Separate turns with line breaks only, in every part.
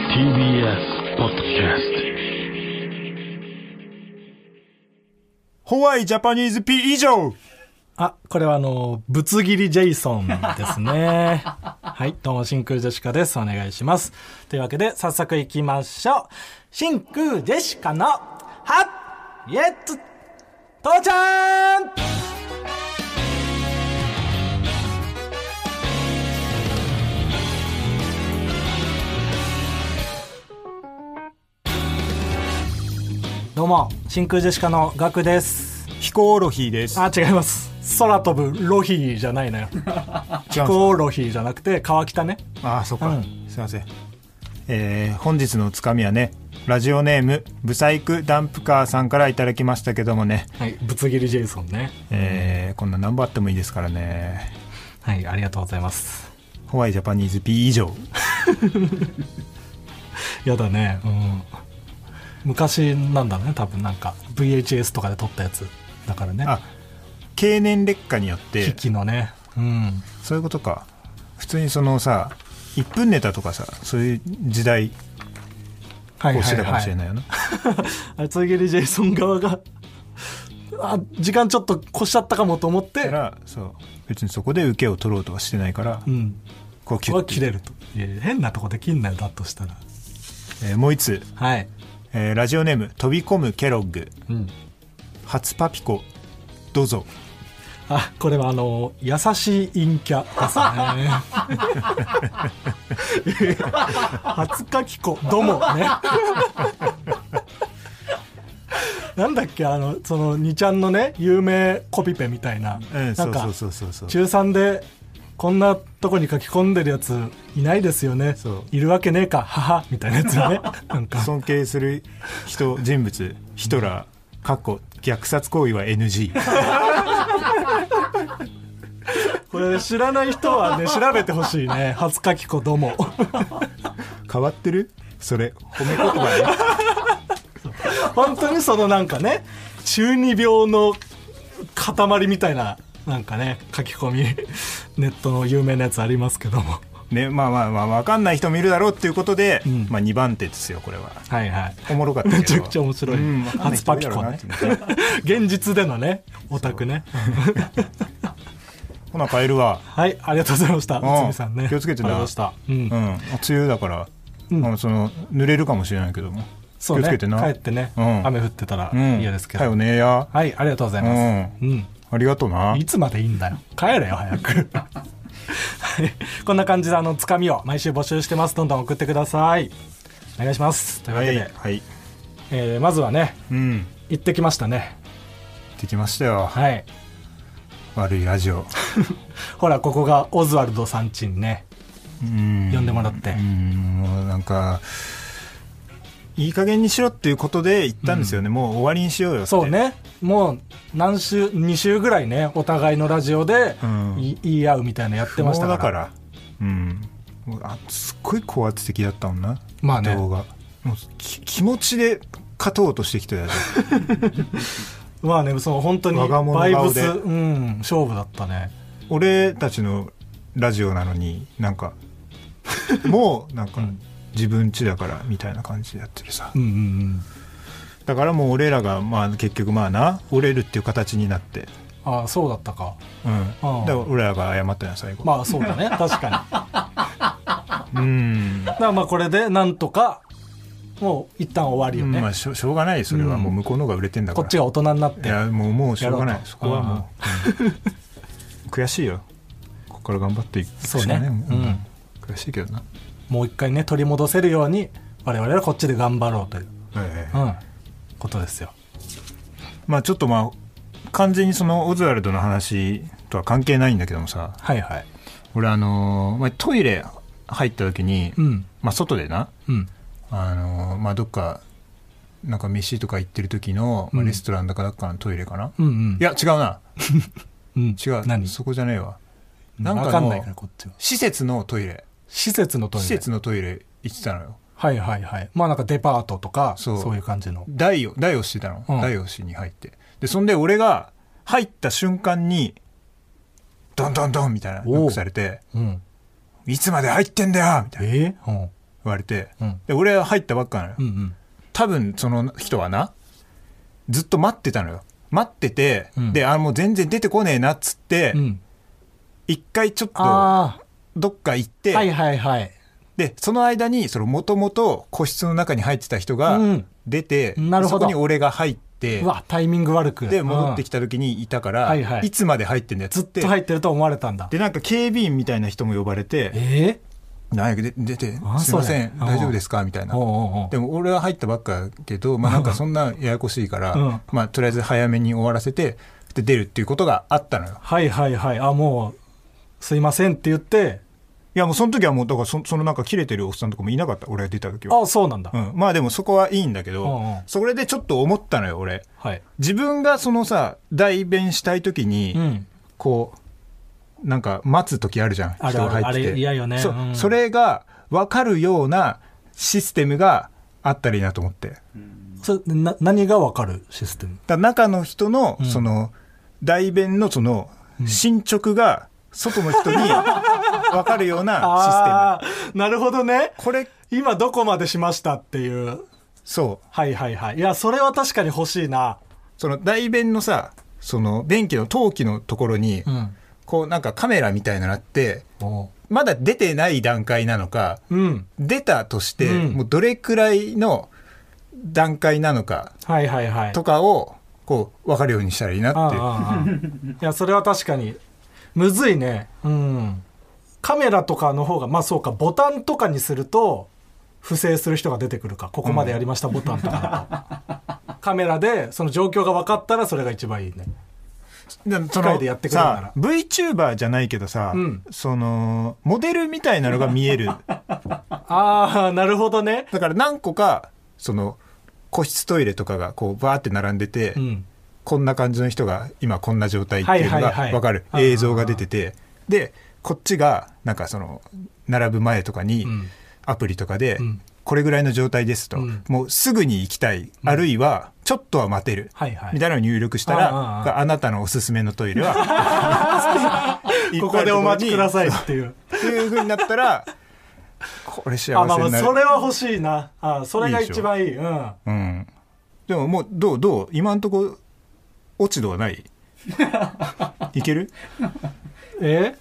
TBS ポッドキャス
ホワイジャパニーズ P 以上
あ、これはあの、ぶつ切りジェイソンですね。 はい、どうも、真空ジェシカです。お願いします。というわけで、早速行きましょう。真空ジェシカの、はっ、イエッツ、父ちゃんどうも、真空ジェシカのガクです。
飛行ロヒーです。
あ、違います。空飛ぶロヒーじゃない のよ。
違う
飛行ロヒーじゃなくて、川北ね。
あ、そっか。
うん
すいません。えー本日のつかみはね、ラジオネーム、ブサイクダンプカーさんからいただきましたけどもね、
はい、ぶつ切りジェイソンね。
えーこんな何本あってもいいですからね。
はい、ありがとうございます。
ホワイジャパニーズ P 以上。
やだね、うん。昔なんだね、多分なんか、VHS とかで撮ったやつだからね。
あ、経年劣化によっ
機
て、
器のね。うん。
そういうことか。普通にそのさ、1分ネタとかさ、そういう時代、
は
をしてたかもしれないよな。
あれ、ぶつ切りジェイソン側が、あ、時間ちょっと越しちゃったかもと思っ
だか
て、
ら、そう。別にそこで受けを取ろうとはしてないから
う、ん。
こうキ
こ
ュッ
こは
て
切れると。いやいや変なとこで切んなよ、だとしたら。
えーもう一つ、
はい。
えーラジオネーム飛び込むケロッグ
うん。
初パピコどうぞ
あこれはあの優しい陰キャで すね初かきこどもねなんだっけあのその2ちゃんのね有名コピペみたいな、
うん
な
そ
ん
う
か
そうそうそうそう
中3でこんなとこに書き込んでるやついないですよね
そう
いるわけねえか母みたいなや つねなんか
尊敬する人人物ヒトラー過去虐殺行為は NG
これ知らない人はね調べてほしいね初かきこども
変わってるそれ褒め言葉ね
本当にそのなんかね中二病の塊みたいななんかね書き込み ネットの有名なやつありますけども
ねまあまあまあ分かんない人もいるだろうっていうことで、
ん
まあ2番手ですよこれは
はいはい
おもろかったけど
めちゃくちゃ面白い
うんわかんない
初
人
パ
い
ピ
るだ
コ
ろうな
ね現実でのねオタクね
ほな帰る わ
はいありがとうございまし
う
た
ん
内海さんね
気をつけて
あ
な
りがとうございました、
う
う
ん
ん
梅雨だから、
うん
あのその濡れるかもしれないけども
そうね
気をつけてな
帰ってね、
うん
雨降ってたら
うん
嫌ですけ
だ
ど、
よねや
はいありがとうございます、うん
ありがとうない
つまでいいんだよ。帰れよ、早く。はいこんな感じで、あの、つかみを毎週募集してます。どんどん送ってください。お願いします。というわ
は
け
い
で、
はい
えーまずはね、
うん
行ってきましたね。
できましたよ
はい。
悪いラジオ
ほら、ここがオズワルドさんちにね、
うん
呼んでもらって
う。んもうなんかいい加減にしろっていうことで言ったんですよね、もう終わりにしようよって
そうね。もう、何週、2週ぐらいね、お互いのラジオで
うん
い、言い合うみたいなのやってました
もう
か
だ
ら。
からうんもうあすっごい高圧的だったもんな、
まあね
動画もうき気持ちで勝とうとしてきたやつ
まあね、その本当に、
我が物
バ
顔
イ
で
ブス、うん、勝負だったね。
俺たちのラジオなのになんか もうなんか
うん
自分ちだからみたいな感じでやってるさ
うんうんうん。
だからもう俺らがまあ結局まあな折れるっていう形になって
ああ、そうだったか。
うん
ああ
だから俺らが謝ったよ最後、
まあそうだね、 確かに。
うん
だからまあこれでなんとかもう一旦終わりよね、
まあしょしょうがないそれは
うん
もう向こうの方が売れてんだか
こ
ら、
っちが大人になっ
い
て
やもうもうしょうがな
や
い
ろうと
そこはもう、うん 悔しいよここから頑張っていくし
そう
か
ね
ないもん
うん
悔しいけどな、
もう一回ね取り戻せるように我々はこっちで頑張ろうという、
ええ
うん、ことですよ
まあちょっとまあ完全にそのオズワルドの話とは関係ないんだけどもさ
はいはい
俺あのーまあ、トイレ入った時に、
うん
まあ外でな
うん
あのーまあどっかなんか飯とか行ってる時の、ま
う
あ、
ん
レストランだかだかのトイレかな、
うんうん
いや違うな
うん
違う
何
そこじゃねえわ
な
なんん
か
かの
分かんないからこっちは
施設のトイレ
施設のトイレ
施設のトイレ行ってたのよ
はいはいはいまあなんかデパートとかそ
そうう
いう感じの
大を大をしてたの、
うん
大をしに入ってでそんで俺が入った瞬間にドンドンドンみたいな
おう
ノックされて
うん
「いつまで入ってんだよ!」みたいな
えーうん
言われて、
うん
で俺は入ったばっかなのよ、
うんうん
多分その人はなずっと待ってたのよ待ってて、
うん
であもう全然出てこねえなっつって
うん
一、回ちょっと
あ
どっか行っ
あ
て、
はいはいはい
でその間にもともと個室の中に入ってた人が
うん
出て、
なるほど
そこに俺が入って
うわタイミング悪く
で戻ってき
て、
た時にいたから、
はいいはい
つまで入ってんだよ
うん
つっ
ずってと入ってると思われたんだ
でなんか警備員みたいな人も呼ばれて
え
「なんやで出て
あ
すいませ
そ
ん
れうん
大丈夫ですか?」みたい
え
な
おうおうおう
でも俺は入ったばっかだけど、まあ、なんかそんなややこしいから、
うん
まあ、とりあえず早めに終わらせてで出るっていうことがあったのよ
はいはいはいあもうすいませんって言って
いやもうその時はもうだからそそのなんか切れてるおっさんとかもいなかった俺が出た時は、
あそうなんだ、
うん、まあでもそこはいいんだけど、
うんうん
それでちょっと思ったのよ俺
はい、
自分がそのさ代弁したい時に、
うん、
こうなんか待つ時あるじゃん
ある
人が入って
あ
て
れ嫌よね
そ,、
うん
それが分かるようなシステムがあったらいいなと思ってだか
それな何がわかるシステム
ら中の人の、
ん
その代弁のその進捗が外の 人に分かるようなシステム
ああなるほどね
これ
今どこまでしましたっていう
そう
はいはいはいいやそれは確かに欲しいな
その代弁のさその電気の陶器のところに、
ん
こうなんかカメラみたいなのあって
お
まだ出てない段階なのか
ううん
出たとして、
うん
もうどれくらいの段階なのか
はいはいはい
とかをこう分かるようにしたらいいな
ああ
っていう
ああああいやそれは確かにむずいねうんカメラとかの方がまあそうかボタンとかにすると不正する人が出てくるかここまでやりましたボタンとか だと、カメラでその状況が分かったらそれが一番いいね
でもそ
機械でやってくれるなら
さ VTuber じゃないけどさ、
うん
そのモデルみたいなのが見える
ああなるほどね
だから何個かその個室トイレとかがこうバーって並んでて、
うん
こんな感じの人が今こんな状態っていうのが
はいはいはい
分かる、
あー
映像が出ててでこっちがなんかその並ぶ前とかに
うん
アプリとかで、
うん
これぐらいの状態ですと、
うん
もうすぐに行きたい、あるいはちょっとは待てる、
はいはい
みたいなのを入力した
ああああ
らあなたのおすすめのトイレは
ここでお待ちください
いっ
っていう
ぱいあるところにっていうふうになったらこれ幸
あまあ
せに
まあ
なる
それは欲しいなあそれが
いいでしょ
一番いいうん
うん、でももうどうどう今んとこ落ち度はない いける
え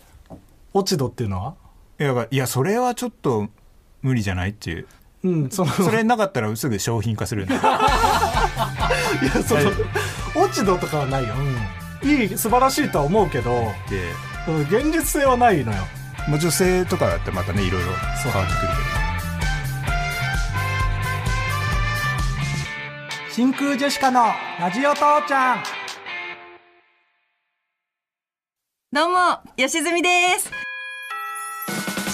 落ち度っていうのはい
やいやそれはちょっと無理じゃないっていう
うんそ の
それなかったらすぐ商品化するんだ
いやその落ち度とかはないよ、うん、いい素晴らしいとは思うけど
で
うん現実性はないのよ
まあ女性とかだってまたねいろいろ変わってくる
真空ジェシカのラジオ父ちゃん
どうも、吉住です。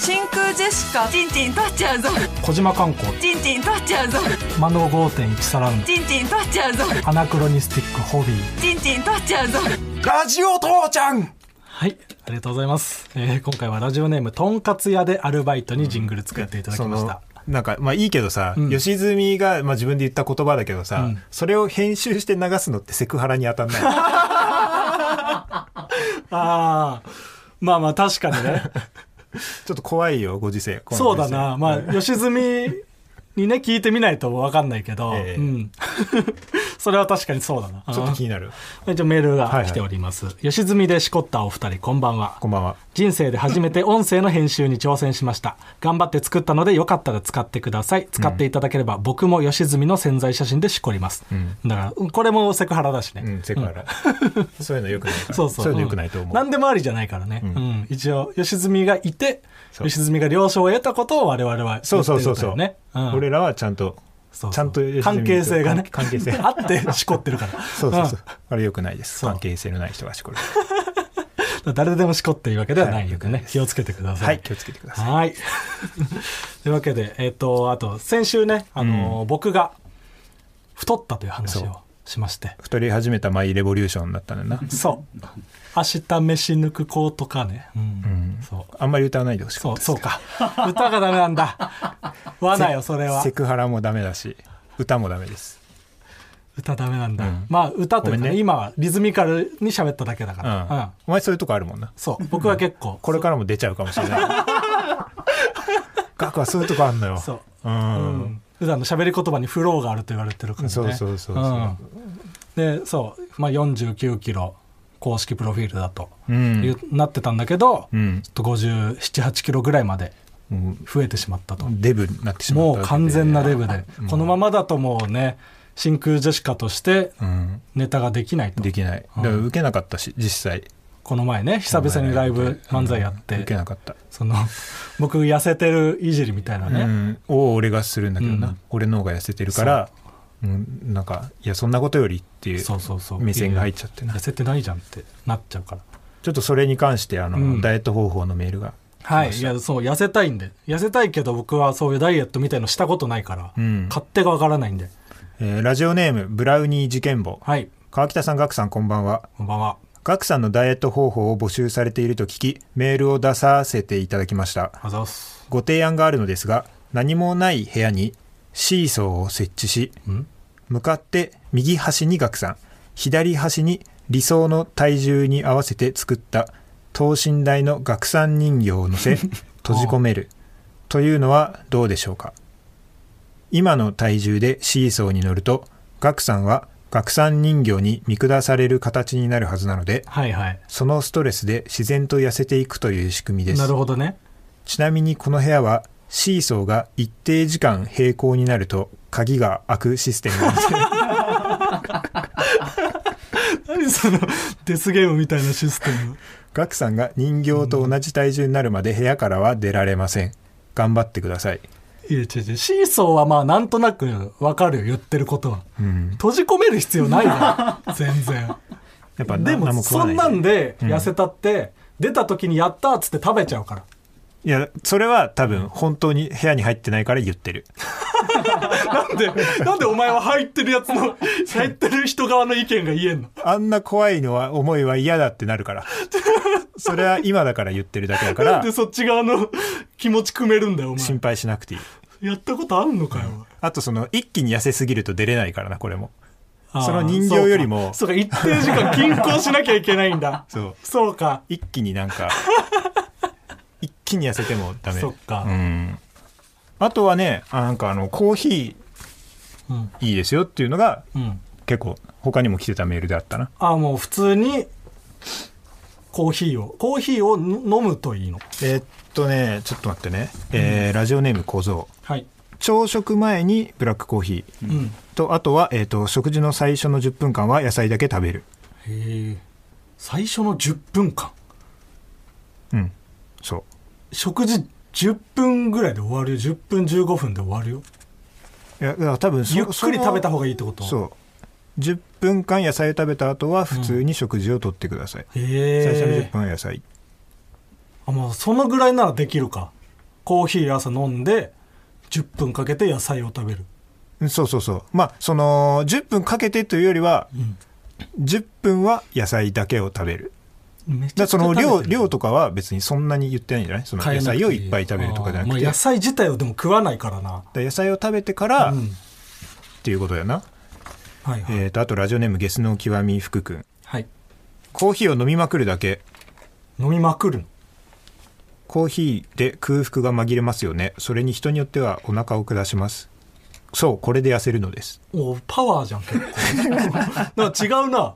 真空ジェシカ、チンチン取っちゃうぞ。
小島観光
チンチン取っちゃうぞ。
マノ5.1サラウンド
チンチン取っちゃうぞ。
アナクロニスティックホビー
チンチン取っちゃうぞ。
けどラジオ父ちゃん
はいありがとうございます、えー今回はラジオネームとんかつ屋でアルバイトにジングル作っていただき
そ
まし
の
た、
なんかまあいいけどさ、
うん
吉住が、まあ、自分で言った言葉だけどさ、
うん
それを編集して流すのってセクハラに当た んない
ああまあまあ確かにね
ちょっと怖いよご時世この
そう
ご時世
だなまあ吉住にね聞いてみないと分かんないけど、
ええ
うん それは確かにそうだな
ちょっと気になる
一応メール
はい
が
はい
来ております、吉住でしこったお二人こんばんは
こんばんは
人生で初めて音声の編集に挑戦しました頑張って作ったのでよかったら使ってください使っていただければ僕も吉住の潜在写真でしこります、だからうんこれもセクハラだしね、
うんセクハラ、 そういうのよくないから
そうそう
いうのよくないと思う、
何でもありじゃないからね、うん一応吉住がいて
そう
吉住が了承を得たことを我々は言って
そ
る
うん
だ
そ
よ
う
ね
そうそう、
ん
俺らはちゃんと
そうそう
ちゃんと吉住と
関係性がね
関係性
あってしこってる から
そうそうそう
う。
あれ良くないです。
そう
関係性のない人がしこる。
ん誰でもしこっていうわけではない
はい
よね、気をつけてくださ
はいい、気をつけてください。
はい。 というわけで、えっ、と、あと、先週ね、あのー僕が太ったという話
そう
をしまして。
太り始めたマイレボリューションだったんだな。
そう。明日飯抜く子とかね。うん。そう。
あんまり歌わないでほしか
そ
っ
う、
た
そうか。歌がダメなんだ。罠よ、それは
セ。クハラもダメだし、歌もダメです。
歌ダメなんだ。
うん
まあ、歌というか、
ご
ね
めんね
今はリズミカルに喋っただけだか
うん。
ら。うん。
お前そういうとこあるもんな。
そう。僕は結構。
これからも出ちゃうかもしれない。ガクはそういうとこあんのよ。
そう
う。
うんん普段の喋り言葉にフローがあると言われてるからね
そうそうそうそうん
でそう、まあ、49キロ公式プロフィールだと、
う
い
ん。
うなってたんだけ
う
ど、ちょ
ん
っ。と578キロぐらいまで
うん
増えてしまったと、
デブになってしまった
も
わけ
う
で
完全なデブで、このままだともうね真空ジェシカとして
うん。
ネタができないと
できない。
うん
だから受けなかったし、実際。
この前ね久々にライブ漫才やっ
うん
て
受けなかった。
その 僕痩せてるいじりみたいな
う
ね、
ん。を俺がするんだけど
う。
なん俺の方が痩せてるから、うんなんか、いや、そんなことよりっていう
そうそうそう
目線が入っちゃってな
痩。せてないじゃんってなっちゃうから
ちょっとそれに関して、あ
うん
の、ダイエット方法のメールが。来ま
はいい
した
やそう痩せたいんで痩せたいけど僕はそういうダイエットみたいのしたことないから、
うん。
勝手がわからないんで
えーラジオネーム、ブラウニー事件簿。
はい
川北さん、ガクさん、こんばんは。
こんばんは
ガクさんのダイエット方法を募集されていると聞き、メールを出させていただきました。
あざっす
ご提案があるのですが、何もない部屋にシーソーを設置し、
ん
向かって右端にガクさん、左端に理想の体重に合わせて作った等身大のガクさん人形を乗 せ、閉じ込めるというのはどうでしょうか。今の体重でシーソーに乗ると、ガクさんはガクさん人形に見下される形になるはずなので、
はいはい
そのストレスで自然と痩せていくという仕組みです
なる。ほどね
ちなみにこの部屋はシーソーが一定時間平行になると鍵が開くシステムなんですけど
何その デスゲームみたいなシステム
ガクさんが人形と同じ体重になるまで部屋からは出られません頑張ってください、
いや違う違うシーソーはまあなんとなくわかるよ言ってることは
うん、
閉じ込める必要ないわ 全然
やっぱ
で
な
も
何も食わ
そ
ない
んなんで痩せたって、出た時にやったーっつって食べちゃう から
いやそれは多分本当に部屋に入ってないから言ってる
なんでなんでお前は入ってるやつ の入ってる人側の意見が言えんの
あんな怖いのは思いは嫌だってなるから それは今だから言ってるだけだから
でそっち側の 気持ち組めるんだよお前
心配しなくていい
やったことあんのかよ、
あとその一気に痩せすぎると出れないからなこれも
あー
その人形よりも
そうかそうか一定時間均衡しなきゃいけないんだ
そう
そうか
一気になん か一気に痩せてもダメ
そっか
うん、あとはねあなんかあのコーヒ
うん
ーいいですよっていうのが
うん
結構他にも来てたメールであったな
あもう普通にコーヒーをコーヒーを飲むといいの
えーっとねちょっと待ってね、えーラジオネーム小僧
はい、
朝食前にブラックコーヒー
うん、
とあとは、えーっと食事の最初の10分間は野菜だけ食べる
へえ最初の10分間
うんそう
食事10分ぐらいで終わるよ10分15分で終わるよ
いやだから多分そ
ゆっくり食べた方がいいってこと
そのそう10分間野菜を食べた後は普通に食事をとってください、
へえ
最初の10分は野菜
あもうそのぐらいならできるかコーヒー朝飲んで10分かけて野菜を食べる
そうそうそう。まあ、その、10分かけてというよりは、
ん
10分は野菜だけを食べる。
めち
だからその
ゃ
量、量と
か
かは別にそんなに言ってないんじゃないその野菜をいっぱい食べるとかじゃなくて。
野菜自体をでも食わないからな、
野菜を食べてから、
うん
っ、ていうことだよな。
はいはい、
えっ、と、あとラジオネームゲスの極み福くん。
はい
コーヒーを飲みまくるだけ。
飲みまくるの
コーヒーで空腹が紛れますよね。それに人によってはお腹を下します。そう、これで痩せるのです。
おパワーじゃん結 構なんか違うな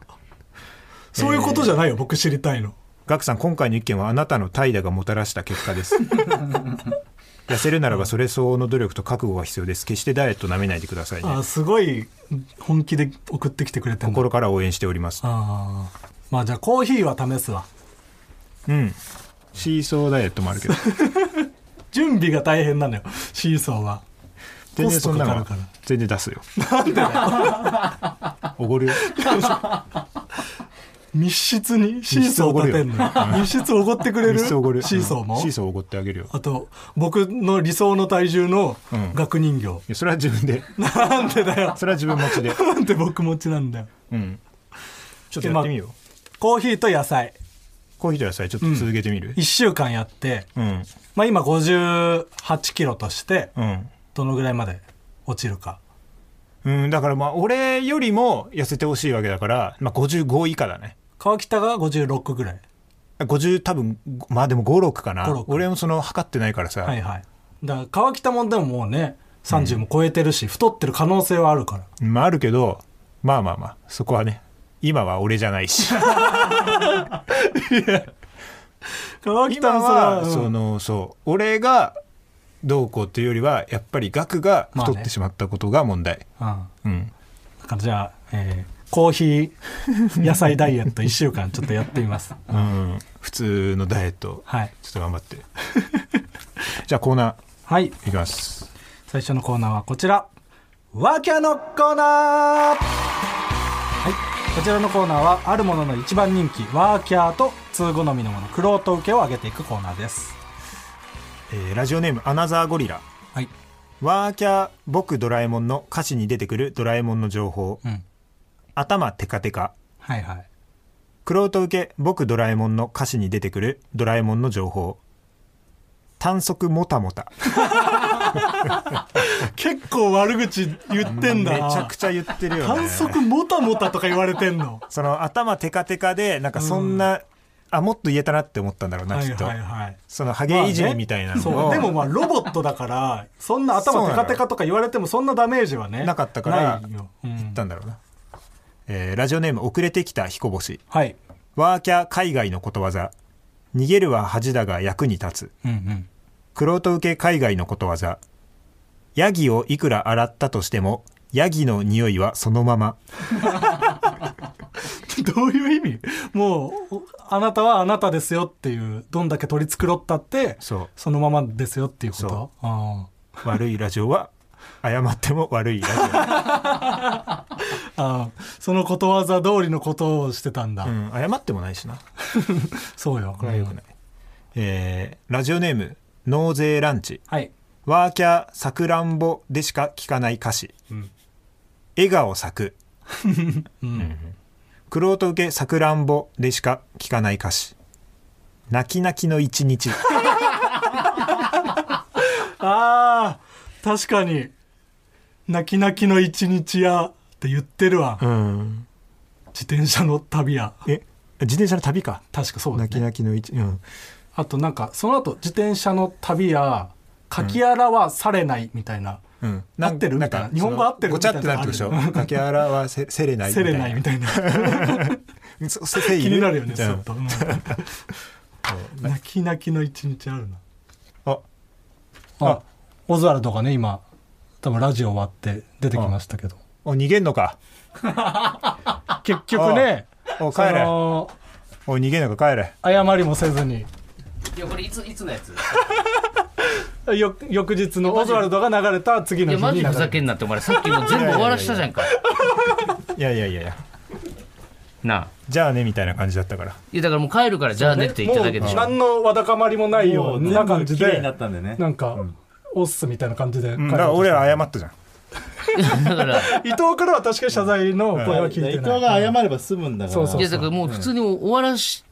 そういうことじゃないよ、僕知りたいの
ガクさん今回の一件はあなたの怠惰がもたらした結果です痩せるならばそれ相応の努力と覚悟が必要です決してダイエットなめないでください
あ
ね
すごい本気で送ってきてくれてんだ
心から応援しております
ああまあじゃあコーヒーは試すわ
うんシーソーダイエットもあるけど
準備が大変なのよシーソーは
全然
コスト
そん
か
な
か
の
るから
全然出すよおごるよ
密室にシーソーを立てんのよ密室おごってくれる
一生おごる
シーソーも、
うんシーソーおごってあげるよい
あと僕の理想の体重の
うん
額人形、
やそれは自分で
なんでだよ
それは自分持ちで
なんで僕持ちなんだよ
うんちょっとやってみよう
コーヒーと野菜
コーヒーと野菜ちょっと続けてみる
1週間やって、
うん
まあ、今5 8キロとして
うん
どのぐらいまで落ちるか
うん、だからまあ俺よりも痩せてほしいわけだから、まあ、55以下だね
川北が56ぐらい
50多分まあでも56かな
56
俺もその測ってないからさ、
はいはいだから川北もでももうね30も超えてるし、太ってる可能性はあるから
まああるけどまあまあまあそこはね今は俺じゃないし
川
今
北も
は
さ
そ
うん
のそう俺がどうこうっていうよりはやっぱり額が太
まあ
っ
ね
てしまったことが問題、
うん
うん
だからじゃあ、えーコーヒー野菜ダイエット1週 間ちょっとやってみます
うん、普通のダイエット
はい、
ちょっと頑張って じゃあコーナ
はい、
ーいきます
最初のコーナーはこちらワキャのコーナーはいこちらのコーナーはあるものの一番人気ワーキャーと通好みのものクロート受けを上げていくコーナーです
えーラジオネームアナザーゴリラ
はい
ワーキャー僕ドラえもんの歌詞に出てくるドラえもんの情報
うん
頭テカテカ
はいはい
クロート受け僕ドラえもんの歌詞に出てくるドラえもんの情報短足もたもた
結構悪口言ってんだ
めちゃくちゃ言ってる よね
反則もたもたとか言われて んの
その頭テカテカでなんかそんな、あもっと言えたなって思ったんだろうな、
はい
きっと、
はいはい
そのハゲいじりみたいなの
まあねそう
を
でもまあロボットだからそんな頭テカテカとか言われてもそんなダメージはね
なかったから
ないよ、う
言
ん
ったんだろうな、えーラジオネーム遅れてきた彦星
はい
ワーキャー海外のことわざ逃げるは恥だが役に立つ
うんうん
クロート受け海外のことわざヤギをいくら洗ったとしてもヤギの匂いはそのまま
どういう意味もうおあなたはあなたですよっていうどんだけ取り繕ったって
そう
そのままですよっていうこと
そ
あ
悪いラジオは 謝っても悪いラ
ーあーそのことわざ通りのことをしてたんだ、
ジオ、うん、謝ってもないしな
そうよ
これはよくない、えーラジオネーム納税ランチ
はい
ワーキャーさくらんぼでしか聞かない歌詞、
ん
笑顔咲くくろうと受けさくらんぼでしか聞かない歌詞泣き泣きの一日
あー確かに「泣き泣きの一日や」って言ってるわ、
うん
自転車の旅や
え自転車の旅か
確かそうだ
泣き
ね
泣きの一日うん
あとなんかその後自転車の旅やかきあらはされないみたいな、
うん、
合ってるみたいな日本語合ってる
ご
み
ちゃ
たい
っ
な
てなってるでしょ掛けあらはせせれない
せれないみたいな
いなそせせい
気になるよね
み
ち
たいな
ょっと、うん泣き泣きの一日あるな
あ
あオズワルドがね今多分ラジオ終わって出てきましたけど
お逃げんのか
結局ね
お
そ
帰れお
の
逃げんのか帰れ
謝りもせずに
いやこれいつ いつのやつ
よ翌日のオズワルドが流れた次
い
の
や
日
マ
に
ジふざけんなってお前さっきもう全部終わらしたじゃんか
いやいやいやいや
なあ
じゃあねみたいな感じだったから
いやだからもう帰るからじゃあねって言っただけでし
もう
ょ
何のわだかまりもないような感じ
綺麗に
で
なったんでね
なんか、オッスみたいな感じで、
だから俺は謝ったじゃん
だから
伊藤からは確かに謝罪の声は聞い
伊
て
藤
ない、
が謝れば済むんだから
そうそう
いやだからもう普通に終わらし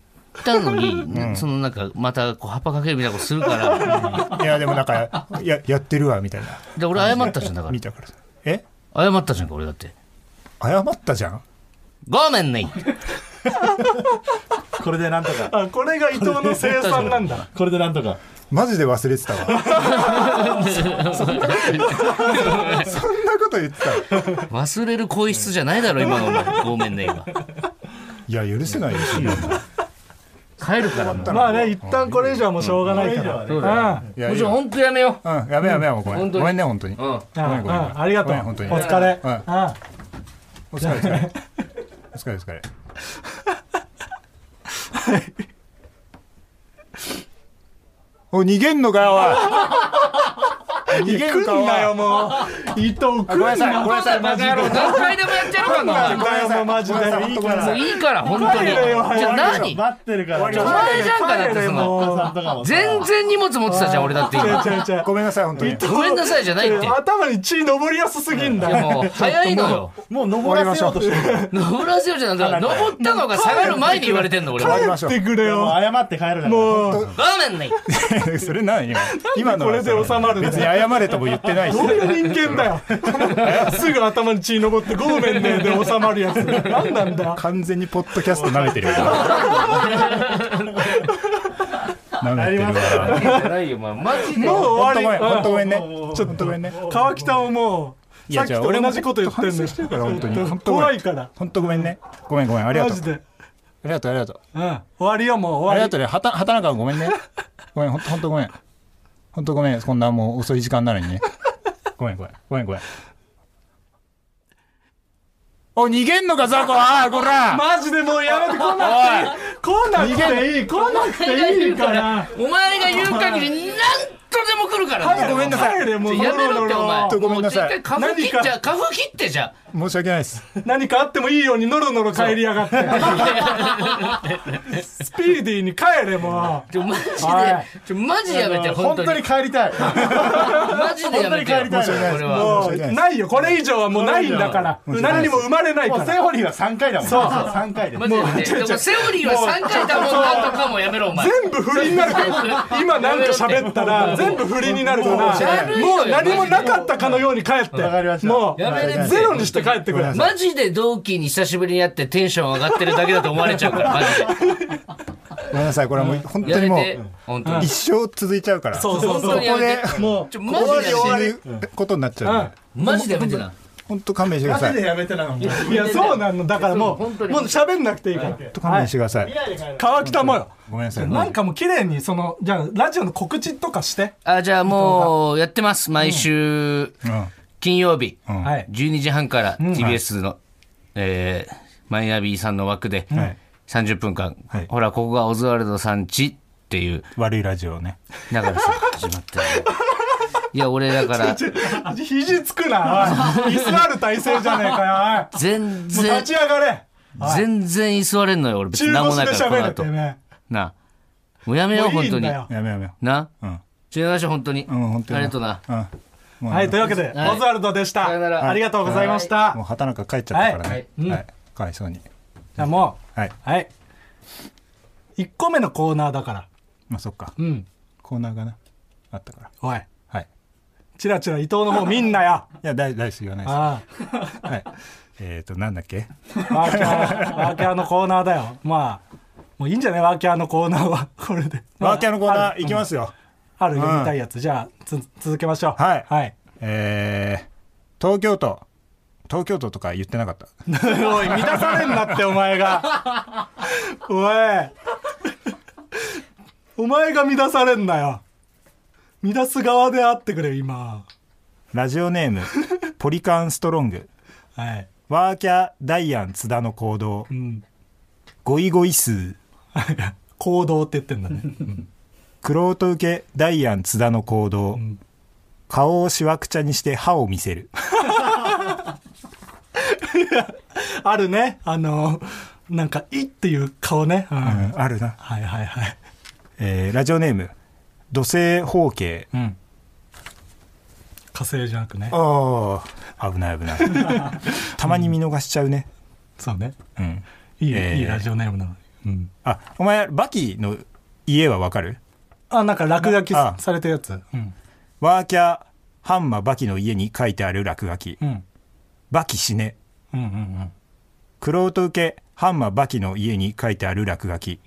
たのに、そのなんかまたこう葉っぱかけるみたいなことするから
いやでもなんかややってるわみたいな
で俺謝ったじゃんだか
見たからえ
ら謝ったじゃんか俺だって
謝ったじゃん
ごめんね
これでなんとか
あこれが伊藤の生産なんだ
これでなんとか
マジで忘れてたわそんなこと言ってた
忘れる声質じゃないだろ今のお前ごめんねが
いや許せないよ
帰るからもう
まあね一旦これ以上はもうしょうがないから、うん
そうだよ
いや
も
い
ちろん
や
本当やめよ
うんやめやめやめごめ
本
ん
当に
ごめんね本当に
う、うん、
うん
めんごめん
うんありがとう
ごめん本当に
お疲れ、
うん
あ
お疲れお疲れお 疲れお疲れお逃げんのかよおい逃げんのか
来んなよ
よ
もう伊藤来
ご
ん
めん
な
なさいごめんなさい
バカ野郎何回でもやってるからな
ごめ
お
んなさいマジで
ごめんなさい本当ごめんな
前
さい
もういいから本当に
帰れよ
じゃあ何お
待ってるから
終わ
前じゃんかだってその
もう
なんとかもさ
全然荷物持ってたじゃん俺だって今
違う違う
ごめんなさい本当に
ごめんなさいじゃないってい
頭に血登りやすすぎんだ
やもう早いのよ
もう登らせようとしてる
登らせようじゃなくて登ったのが下がる前に言われてんの俺
終わ
は
りましょ
帰ってくれ
もう
よ
謝って帰るから
もう
ごめんね
う それ何今今の
これで収まるんだ
別に謝れとも言ってないし
どういう人間だよすぐ頭に血登って「ごめんね」で収まるやつ何なんだ
完全にポッドキャスト舐めてるよ舐めてるわ。
じゃないよ、まあ、マジで。
もう
ほんと
終
ごめん、ほ
わ
んとご
り。
めんね。ちょっとごめんね。
川北をもう、
い
さ
や
っき
じゃあ
と
俺も
同じこと言ってん
反省してるから本当に
だ
本当ごめん
怖いから。
ほんとごめんね。ごめんごめん、ありが
マ
とう。
ジで。
ありがとう、ありがとう。
うん。終わりよ、もう
あり
終わ
が
り。
とうね。はた、畑中ごめんね。ごめん、ほんと、ほんとごめん。ほんとごめん、こんなもう遅い時間なのにね。ごめん、ごめん、ごめん、ごめん。おい、逃げんのか、ザコああ、こら
マジでもうやめて、こんな、
お
こんなくていい、こんなくていいから。
お前が言う限り、なんとでも来るから。
いごめんなさい
帰れ、もう。
やめろって、お前。
とごめんなさい
もう絶対花粉切っちゃ、花粉切ってじゃ。
い申し訳ないです。
何かあってもいいようにノロノロ帰りや がって。スピーディーに帰れ、もう。
ちょマジで
はい、
ちょマジでやめて、本
本
当
当
に
に。帰りたい。
マジでやめてよ。
本当に帰りたい
これ
も
は。
もうないよ、これ以上はもうないんだから。
もうない
何にも生まれない
も
か
うセ
ら。
オリーは三回だもん。そう三回で。
マジでやめてでもセオリーは3回だもんなんとかもやめろ、お前。
全部振りになるから。今なんか喋ったら、全部振りになるから、
もう
もう何もなかったかのように帰って。
わかりました
も
やめれ
う、ゼロにして帰ってくれ。
マジで同期に久しぶりに会ってテンション上がってるだけだと思われちゃうから、マジ
ごめんなさい、これはもう、本
で。
当
や
に
め
も
て
う、、
本当に
一。生続いちゃうから。
そうそう
本
そ
当
う
に。やめて。
もう
ちょ、マジでやめて。
死ぬことになっちゃうんで。
マジでやめてな。
ほんと勘弁してください。ほん
やめてなの。
いや、そうなの。だからもう、
そう
も
本当に
う喋んなくていいから。
と勘弁してください。
川北もよ。
ごめんなさい。
なんかもう綺麗に、その、じゃあ、ラジオの告知とかして。
あ、じゃあもう、やってます。毎週、
う
金曜日。
ん。うん。
はい。
12時半から TBS の、えーマイナビさんの枠で
はい
30分間、
はい
ほらここがオズワルドさんちっていう
悪いラジオね。
流れさ始まってるいや俺だから
肘つくな、おい。居座る体勢じゃねえかよ、
全
おい。もう
然
立ち上がれ。
全然居座れんのよ俺別に
中
何もな
腰で
いからこの
喋れて
後
ね。
なあもうやめよう
もう
本
いい
当
ん
に
だよ。
やめようやめよ
な
う。うん。
ちょいましょう本当に,、
うん、本当に。
ありがとうな。
うん。もう、
はい、というわけで、
はい
オズワルドでした。
さよなら
ありがとうございました。
もう畑中帰っちゃったからね。
は
はいい。
はい
かわいそうに。
じゃあも
はい。
う、はい。1個目のコーナーだから。
まあ、そっか。
うん。
コーナーがな、あったから。
おい。
はい。
チラチラ伊藤の方見んなよ。
いや、大大丈夫言わないで
あ
す。はい。えっと、なんだっけ
あ。ワーキャー、ワーキャーのコーナーだよ。まあ、もういいんじゃないワーキャーのコーナーは。 これで。
ワーキャーのコー
まあ
ナーいきますよ。
ある読みたいやつ。じゃあ、つ続けましょう。
はい
はい。
えー、東京都。東京都とか言ってなかった。
おい、満たされんなって、お前が。 おい。お前が乱されんなよ。乱す側であってくれ、今。
ラジオネー ム、ポリカンストロング。
はい。
ワーキャーダイアン津田の行動
う。ん。
ゴイゴイ数。
行動って言ってんだね。
クロート受けダイアン津田の行動、
ん
顔をしわくちゃにして歯を見せる
あるね。あの、なんか、いっていう顔ね。うん。
う
はい
んあるな、
はいはい。
えーラジオネーム土星方形
うん。火星じゃなくね。
ああ危ない危ない たまに見逃しちゃうね
そうね。
うん
いい、
えー
いいラジオネームなのに。うん。
あお前バキの家はわかる
あ、なんか落書きさ
あ
されたやつ。うん。
ワーキャーハンマバキの家に書いてある落書き
うん。
バキ死ね
うんうんうん。
クロート受けハンマバキの家に書いてある落書き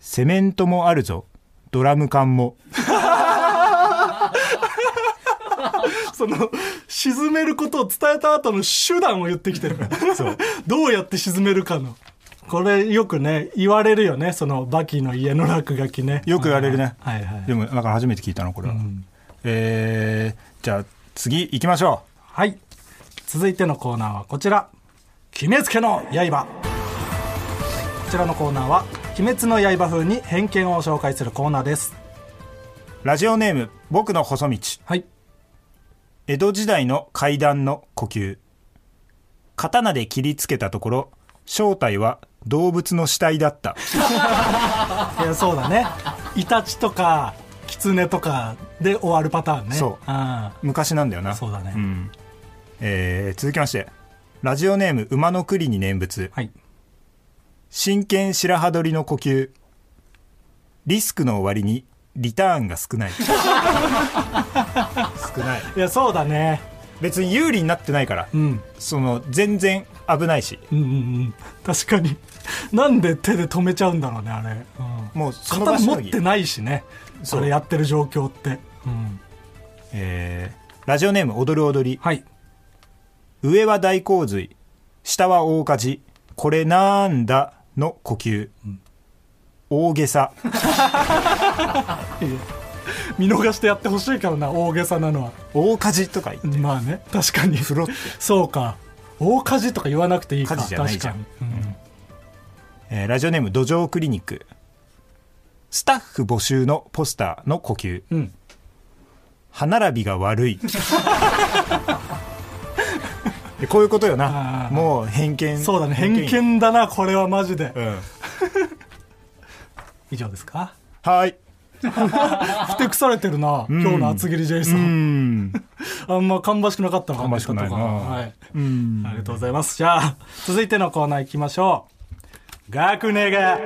セメントもあるぞドラム缶も
その、沈めることを伝えた後の手段を言ってきてる。そう。 どうやって沈めるかの。これよくね、言われるよね。その、バキの家の落書きね。
よく言われるね
はいはい
で。もなんか初めて聞いたのこれは、えー、じゃあ次行きましょ
はい。続いてのコーナーはこちら。鬼滅家の刃。こちらのコーナーは、鬼滅の刃風に偏見を紹介するコーナーです。
うラジオネーム僕の細道
はい。
江戸時代の階段の呼吸刀で切りつけたところ正体は動物の死体だった
いや、そうだね。イタチとか、キツネとかで終わるパターンね。
そ
うん。
昔なんだよな
そうだね
んえー続きましてラジオネーム馬の栗に念仏
はい。
真剣白羽取りの呼吸リスクの割にリターンが少ない 少ない
いや、そうだね。
別に有利になってないから、
うん。
その全然危ないし
うんうんうん。確かに。なんで手で止めちゃうんだろうねあれ、うん
もうその場
型
し
持
の
っ
ぎ
てないしね
そう
それやってる状況って、うん、
えーラジオネーム踊る踊り
はい
上は大洪水下は大火事これなんだの呼吸、大げさ
見逃してやってほしいからな大げさなのは
大火事とか言って
まあね確かに
風呂って、
そうか大火事とか言わなくていいか
火事じゃないじゃん
確かに、うん
えーラジオネーム土壌クリニックスタッフ募集のポスターの呼吸、
うん
歯並びが悪い でこういうことよ
あ
な
ー
もう偏見
そうだね偏
よ
見だなこれはマジで、
うん
以上ですか
はい
ふてくされてるな、今日の厚切りジェイソ
う
ン、
ん
あんま芳しくなかったのか
芳しくないな
はい
うん
ありがとうございますじゃあ続いてのコーナー行きましょう学ネガ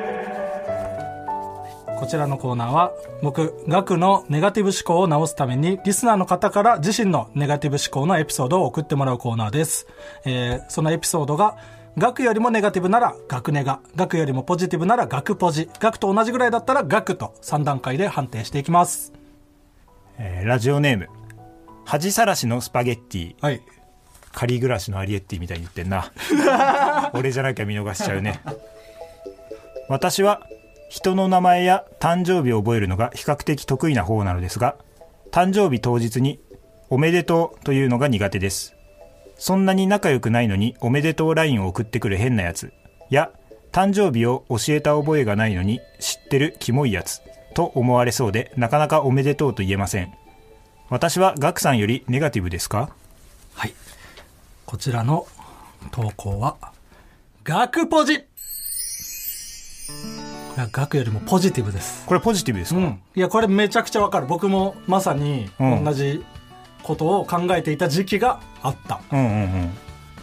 こちらのコーナーは僕学のネガティブ思考を直すためにリスナーの方から自身のネガティブ思考のエピソードを送ってもらうコーナーです、えーそのエピソードが学よりもネガティブなら学ネガ学よりもポジティブなら学ポジ学と同じぐらいだったら学と3段階で判定していきます
えーラジオネーム恥さらしのスパゲッティ
はい
仮暮らしのアリエッティみたいに言ってんな俺じゃなきゃ見逃しちゃうね私は人の名前や誕生日を覚えるのが比較的得意な方なのですが誕生日当日に「おめでとう」というのが苦手ですそんなに仲良くないのに「おめでとう」LINE を送ってくる変なやつや誕生日を教えた覚えがないのに知ってるキモいやつと思われそうでなかなか「おめでとう」と言えません私はガクさんよりネガティブですか
はい。こちらの投稿は、学ポジこれは学よりもポジティブです。
これポジティブですか、。
いや、これめちゃくちゃわかる。僕もまさに
うん
同じことを考えていた時期があった。
うんうんうん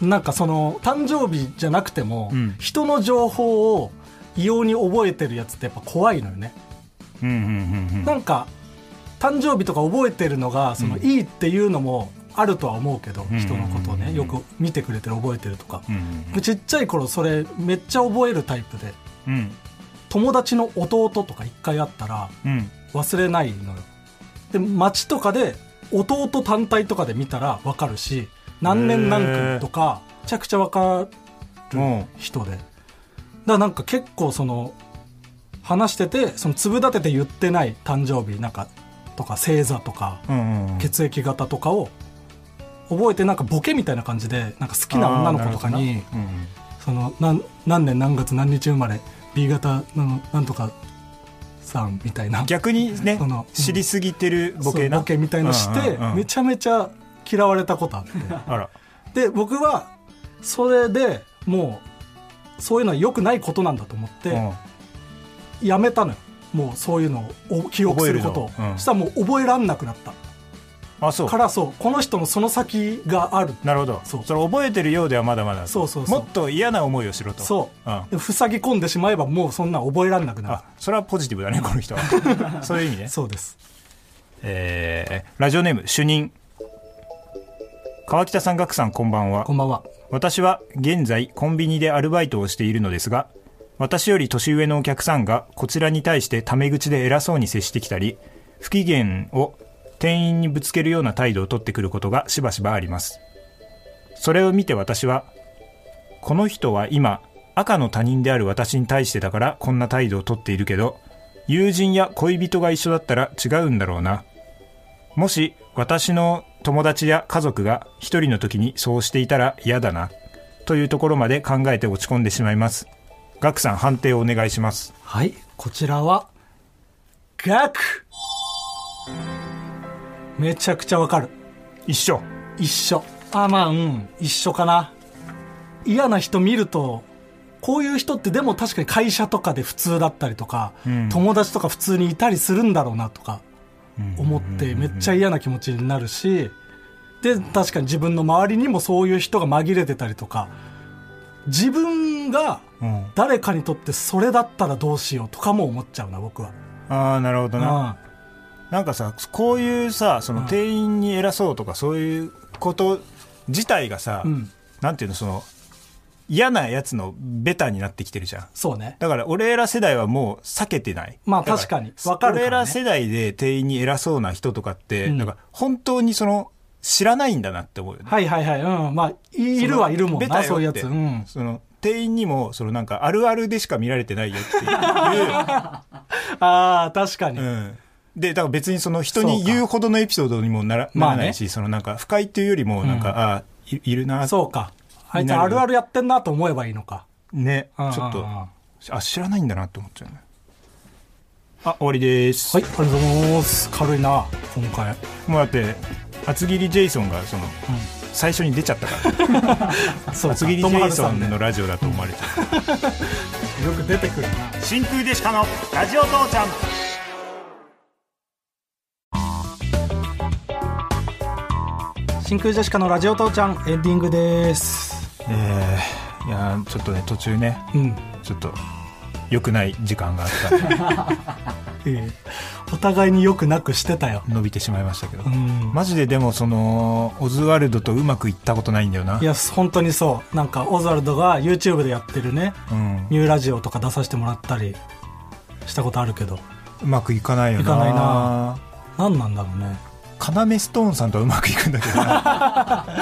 なんかその、誕生日じゃなくても、
うん
人の情報を異様に覚えてるやつってやっぱ怖いのよね。
うんうんうん
なんか誕生日とか覚えてるのがそのいいっていうのもあるとは思うけど、
ん
人のことをねよく見てくれてる覚えてるとか、
うん
僕ちっちゃい頃それめっちゃ覚えるタイプで
うんうん
友達の弟とか一回会ったら
うん
忘れないのよで街とかで弟単体とかで見たら分かるし何年何組とかめちゃくちゃ分かる人でだからなんか結構その話しててその粒立てて言ってない誕生日なんかとか星座とか
うんうん
血液型とかを覚えてなんかボケみたいな感じでなんか好きな女の子とかに
あーなるほどなうんうん
そのなん何年何月何日生まれ B 型のなんとかさんみたいな
逆にね
そのうん
知りすぎてるボケな
そうボケみたいのして、
うんうんうん
めちゃめちゃ嫌われたことあっ
あら
て で僕はそれでもうそういうのは良くないことなんだと思ってやめたのよもうそういうのをお記憶することを
覚えるのうん
そしたらもう覚えらんなくなった
うんあそう
からそうこの人のその先がある
なるほど
そ
そうれ覚えてるようではまだまだ
そうそうそう
もっと嫌な思いをしろと
そ
うん
う、塞ぎ込んでしまえばもうそんなん覚えらんなくな
あそれはポジティブだねこの人はそういう意味ね
るそうです
えーラジオネーム主任川北さん岳さんこんばんは
こんばんは
私は現在コンビニでアルバイトをしているのですが私より年上のお客さんがこちらに対してタメ口で偉そうに接してきたり不機嫌を店員にぶつけるような態度を取ってくることがしばしばありますそれを見て私はこの人は今赤の他人である私に対してだからこんな態度を取っているけど友人や恋人が一緒だったら違うんだろうなもし私の友達や家族が一人の時にそうしていたら嫌だなというところまで考えて落ち込んでしまいますガクさん判定をお願いします
はい、こちらは、学めちゃくちゃわかる。
一緒
一緒。あ、まあ、うん、一緒かな。嫌な人見ると、こういう人ってでも確かに会社とかで普通だったりとか、
ん
友達とか普通にいたりするんだろうなとか、思ってめっちゃ嫌な気持ちになるし、で、確かに自分の周りにもそういう人が紛れてたりとか、自分が
うん
誰かにとってそれだったらどうしようとかも思っちゃうな、僕は。
ああなるほどな
あ
なんかさこういうさその
うん
店員に偉そうとかそういうこと自体がさ、
うん
なんていうのその嫌なやつのベタになってきてるじゃん。
そうね。
だから俺ら世代はもう避けてない。
まあ
だら
確かにわかるからね
俺ら世代で店員に偉そうな人とかって、
うん
なんか本当にその知らないんだなって思うよね。
はいはいはい。うん。まあ、いいるはいるもん
ベタよっ
な、
て
そういうやつ。うん。
その店員にもそのなんかあるあるでしか見られてないよって いう。
ああ、確かに。
うんで、だから別にその人に言うほどのエピソードにもなら
ま
な
あね
らないし、そのなんか不快っていうよりもなんか、ああ、いいるな、
そうか。あい
に
つ
なる
あるあるやってんなと思えばいいのか。
ね、ち
うんうんうん
ょっと、あ、知らないんだなって思っちゃうね。あ、終わりです。
はい、ありがとうございます。軽いな、今回。
もうだって、厚切りジェイソンがその、最初に出ちゃったから、
そうか
厚切りジ
トム
ェ
ハ
イ
ル
ソ
さん
ン
で
のラジオだと思われてる。
よく出てくるな。
真空ジェシカのラジオ父ちゃん。
真空ジェシカのラジオ父ちゃん、エンディングです。
えー、いやー、ちょっとね、途中ね、
うん。
ちょっと、良くない時間があったんで
お互いによくなくしてたよ。
伸びてしまいましたけど
う。ん。
マジででもそのオズワルドとうまくいったことないんだよない
や、本当にそう。なんか、オズワルドが YouTube でやってるね、
うん、
ニューラジオとか出させてもらったりしたことあるけど、
うまくいかないよない
かないな何なんだろうね。
要ストーンさんとはうまくいくんだけどな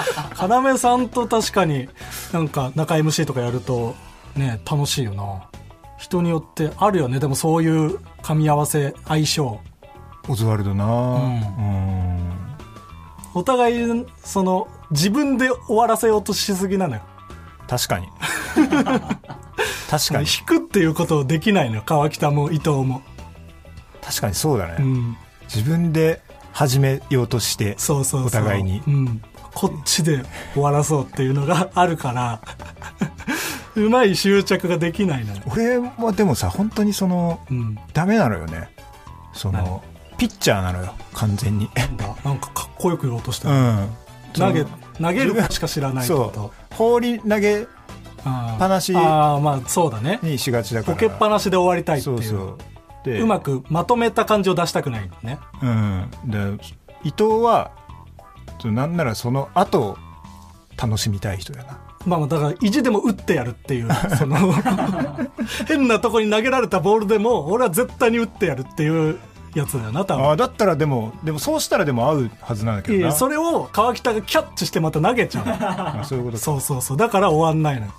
要さんと確かになんか中 MC とかやるとね楽しいよな人によってあるよねでもそういう噛み合わせ相性
オズワルドなうん
お互いその自分で終わらせようとしすぎなのよ
確かに確か
引
に
くっていうことをできないのよ川北も伊藤も
確かにそうだね、
うん
自分で始めようとして
そうそうそう
お互いに
うん、こっちで終わらそうっていうのがあるからうまい執着ができないのよ、
俺はでもさ本当にその
うん、
ダメなのよねそのピッチャーなのよ完全に
なんだなんかかっこよく言おうとした、
うん
投げ
その
投げることしか知らないってこ
そ
と
う放り投げ
あー
ぱなし
あーまあそうだね
にしがちだか
ボ
ら
ケっぱなしで終わりたいってい
そううそうで
うまくまとめた感じを出したくないのね
うん、で伊藤はちょなんならその後を楽しみたい人やな
まあまあだから意地でも打ってやるっ ていうその変なとこに投げられたボールでも俺は絶対に打ってやるっていうやつだよな多分
あだったらでもでもそうしたらでも合うはずなんだけ
い
ど
や
な
それを川北がキャッチしてまた投げちゃ
まあそういうこ
う
とか
そうそうそうだから終わんないの よ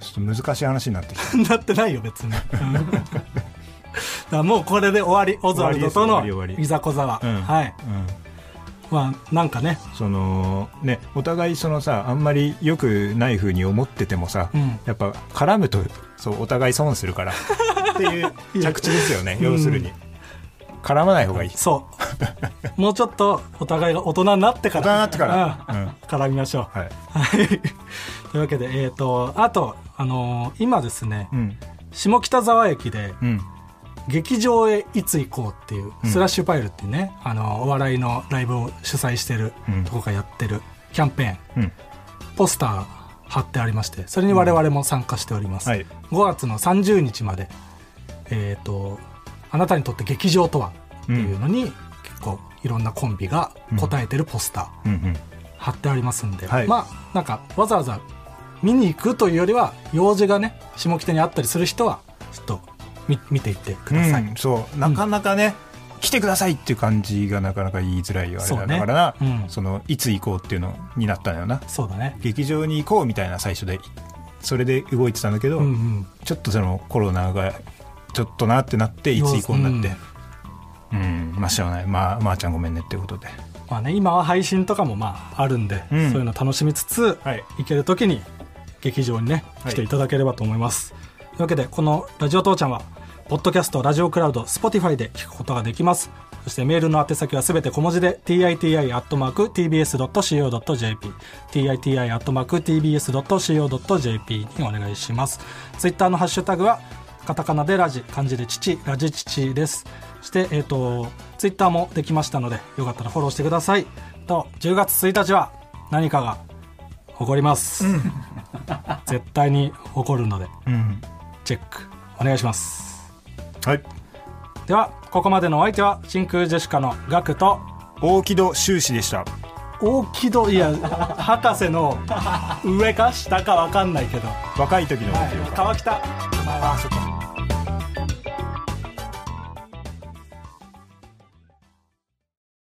ちょっと難しい話になってきた
なってないよ別にうん だからもうこれで終わりオズワルドと
終わ
の
りです終わり終わり
いざこざは、
うん
はい
うん
まあなんかね
そのねお互いそのさあんまり良くない風に思っててもさ、
うん
やっぱ絡むとそうお互い損するからって いう着地ですよね要するに、絡まない方がいい
そう。もうちょっとお互いが大人になってか
大
ら。
人になってからうん
うん絡みましょう。
はい
はい。 というわけで、えっ、と、あと、あのー今ですね、
うん
下北沢駅で、
うん
劇場へいつ行こうっていう、
ん
スラッシュパイルっていうね、あのーお笑いのライブを主催してる
うん
とこがやってるキャンペーン、
うん
ポスター貼ってありまして、それに我々も参加しております。
はい
5月の30日まで、えっ、と、あなたにとって劇場とはっていうのに、結構いろんなコンビが答えてるポスタ
うんうん
ー貼ってありますんで、
はい
まあ、なんかわざわざ見に行くというよりは、用事がね、下北にあったりする人は、ちょっと見見ていってください。
うん、そうなかなかね、来てくださいっていう感じがなかなか言いづらいよあれ
そう
だ,、
ね
からな、
うん
そのいつ行こうっていうのになったんだよな
そうだね。
劇場に行こうみたいな最初でそれで動いてたんだけど、
うんうん。
ちょっとそのコロナがちょっとなってなっていつ行こうになってうん、まあしょうがないまあまあちゃんごめんねっていうことで
まあね、今は配信とかもまああるんで、
うん
そういうの楽しみつつ、
はい
行ける時に劇場にね
はい
来ていただければと思います、というわけでこの「ラジオ父ちゃん」はポッドキャストラジオクラウド Spotify で聞くことができますそしてメールの宛先はすべて小文字で titi.tbs.co.jp titi.tbs.co.jp にお願いしますツイッターのハッシュタグはカタカナでラジ漢字で父ラジ父ですそしてえっ、とツイッターもできましたのでよかったらフォローしてくださいと10月1日は何かが起こります、 絶対に起こるので
うん
チェックお願いします
はい
ではここまでのお相手は真空ジェシカのガクと
大木戸修士でした
大木戸い や博士の上か下かわかんないけど
若い時の目標か
川北、まあ、あそこ